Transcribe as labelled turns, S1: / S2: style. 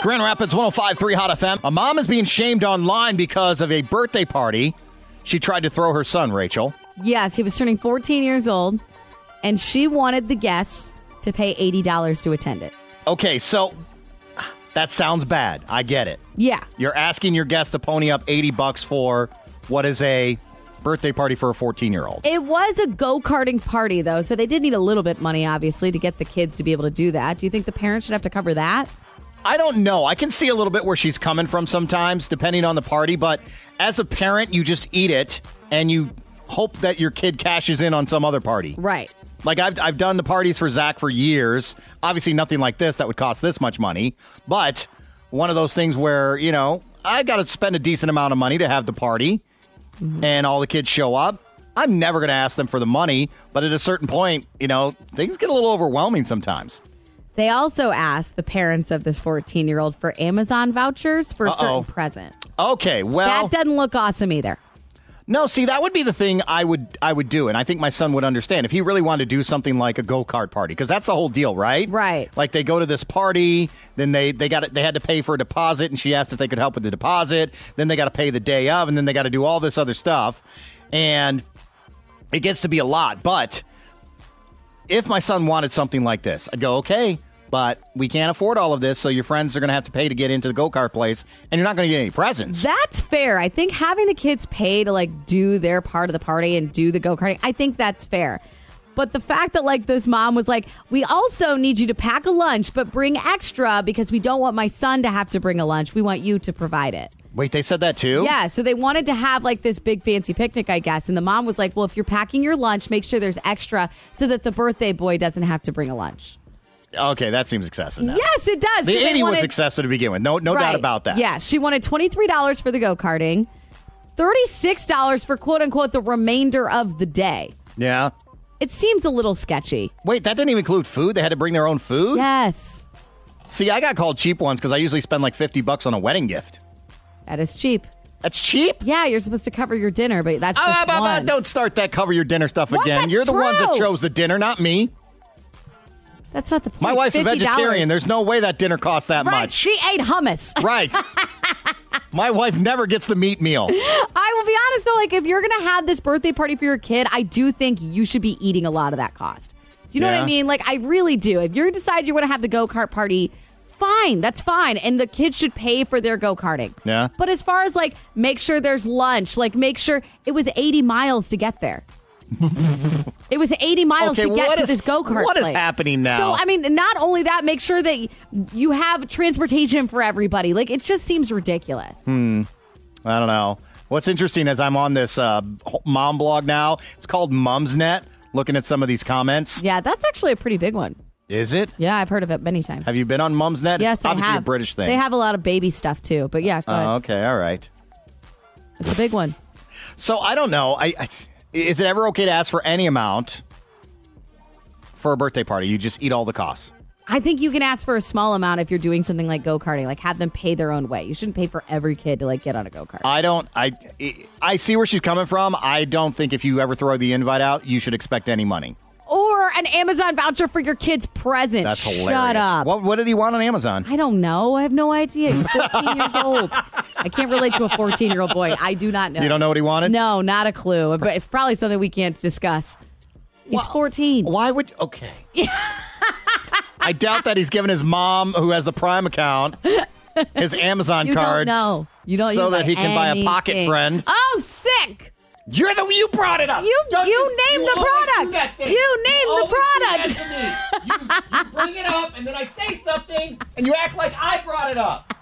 S1: Grand Rapids 1053 Hot FM. A mom is being shamed online because of a birthday party she tried to throw her son, Rachel.
S2: Yes, he was turning 14 years old, and she wanted the guests to pay $80 to attend it.
S1: Okay, so that sounds bad. I get it.
S2: Yeah.
S1: You're asking your guest to pony up 80 bucks for what is a birthday party for a 14-year-old.
S2: It was a go karting party, though, so they did need a little bit money, obviously, to get the kids to be able to do that. Do you think the parents should have to cover that?
S1: I don't know. I can see a little bit where she's coming from sometimes, depending on the party. But as a parent, you just eat it and you hope that your kid cashes in on some other party.
S2: Right.
S1: Like I've I've done the parties for Zach for years. Obviously, nothing like this that would cost this much money. But one of those things where you know I got to spend a decent amount of money to have the party, and all the kids show up. I'm never going to ask them for the money, but at a certain point, you know, things get a little overwhelming sometimes.
S2: They also asked the parents of this 14 year old for Amazon vouchers for a
S1: Uh-oh.
S2: certain present.
S1: Okay, well,
S2: That doesn't look awesome either.
S1: No, see, that would be the thing I would I would do, and I think my son would understand if he really wanted to do something like a go kart party, because that's the whole deal, right?
S2: Right.
S1: Like they go to this party, then they they got they had to pay for a deposit, and she asked if they could help with the deposit. Then they got to pay the day of, and then they got to do all this other stuff, and it gets to be a lot. But if my son wanted something like this, I'd go okay. But we can't afford all of this, so your friends are going to have to pay to get into the go kart place, and you're not going to get any presents.
S2: That's fair. I think having the kids pay to like do their part of the party and do the go karting, I think that's fair. But the fact that like this mom was like, we also need you to pack a lunch, but bring extra because we don't want my son to have to bring a lunch. We want you to provide it.
S1: Wait, they said that too?
S2: Yeah, so they wanted to have like this big fancy picnic, I guess. And the mom was like, well, if you're packing your lunch, make sure there's extra so that the birthday boy doesn't have to bring a lunch.
S1: Okay, that seems excessive. Now.
S2: Yes, it does.
S1: the
S2: So they
S1: eighty was
S2: wanted-
S1: excessive to begin with. No, no
S2: Right.
S1: doubt about that.
S2: Yeah, she wanted $23 for the go karting, $36 for quote unquote the remainder of the day.
S1: yeah.
S2: It seems a little sketchy.
S1: Wait, that didn't even include food. They had to bring their own food.
S2: Yes,
S1: See, I got called cheap once because I usually spend like fifty bucks on a wedding gift.
S2: that is cheap.
S1: That's cheap.
S2: Yeah, you're supposed to cover your dinner, but that's
S1: Ah,
S2: just
S1: ah, ah, ah,
S2: one.
S1: don't start that cover your dinner stuff
S2: What?
S1: again.
S2: That's
S1: You're the ones that
S2: true.
S1: chose the dinner, not me.
S2: That's not the point.
S1: My wife's a
S2: $50.
S1: vegetarian. There's no way that dinner costs that
S2: right,
S1: much.
S2: She ate hummus.
S1: right. My wife never gets the meat meal.
S2: I will be honest though, like if you're gonna have this birthday party for your kid, I do think you should be eating a lot of that cost. Do you know what
S1: Yeah.
S2: I mean? Like I really do. If you decide you want to have the go kart party, fine, that's fine, and the kids should pay for their go karting.
S1: Yeah.
S2: But as far as like make sure there's lunch, like make sure it was 80 miles to get there. It was 80 miles
S1: Okay,
S2: to get
S1: what
S2: to
S1: is-
S2: this go kart.
S1: what is happening now?
S2: So I mean, not only that, make sure that you have transportation for everybody. Like it just seems ridiculous.
S1: Hmm. I don't know. What's interesting is I'm on this uh, mom blog now. It's called Mom's Net. Looking at some of these comments.
S2: Yeah, that's actually a pretty big one.
S1: Is it?
S2: Yeah, I've heard of it many times.
S1: Have you been on Mum's Net?
S2: yes,
S1: it's obviously
S2: I have.
S1: a British thing.
S2: They have a lot of baby stuff too, but yeah, go ahead.
S1: Oh, okay, all right.
S2: it's a big one.
S1: So I don't know. I, I is it ever okay to ask for any amount for a birthday party? You just eat all the costs.
S2: I think you can ask for a small amount if you're doing something like go karting, like have them pay their own way. You shouldn't pay for every kid to like get on a go kart.
S1: I don't. I I see where she's coming from. I don't think if you ever throw the invite out, you should expect any money.
S2: or an Amazon voucher for your kid's present.
S1: That's hilarious.
S2: Shut up.
S1: What, what did he want on Amazon?
S2: I don't know. I have no idea. He's 14 years old. I can't relate to a 14 year old boy. I do not know.
S1: You don't know what he wanted?
S2: No, not a clue. But it's probably something we can't discuss. He's 14.
S1: Why would? Okay. I doubt that he's given his mom, who has the Prime account, his Amazon
S2: You don't
S1: cards.
S2: know. You don't- you
S1: So
S2: can
S1: that
S2: buy
S1: he can buy a pocket
S2: anything.
S1: friend.
S2: Oh, sick!
S1: You're the you brought it up.
S2: You-
S1: Justin,
S2: you named the
S3: always do
S2: product.
S3: that thing.
S2: You named the
S3: always do
S2: product.
S3: that to me. You, you bring it up, and then I say something, and you act like I brought it up.